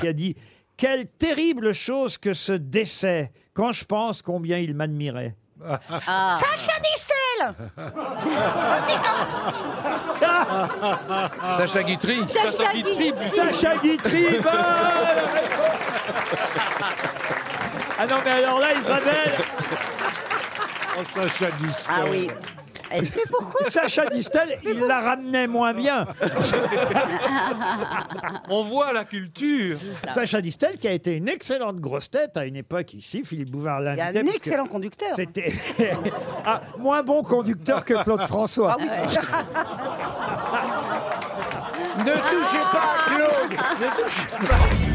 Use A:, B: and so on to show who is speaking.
A: qui a dit Quelle terrible chose que ce décès, quand je pense combien il m'admirait.
B: Sacha Distel
C: Sacha Guitry.
B: Sacha Sacha Guitry. Guitry.
A: Sacha Guitry, bonne réponse. Ah non, mais alors là, Isabelle,
D: Sacha Distel.
C: Euh,
B: Ah oui. Elle fait pourquoi
A: Sacha Distel, il la ramenait moins bien.
C: On voit la culture.
A: Sacha Distel, qui a été une excellente grosse tête à une époque ici, Philippe Bouvard
B: Il y
A: l'invitait.
B: a un
A: parce que
B: excellent conducteur.
A: C'était Ah, moins bon conducteur que Claude
B: Ah
A: François. Ne touchez pas à Claude. Ne touchez pas.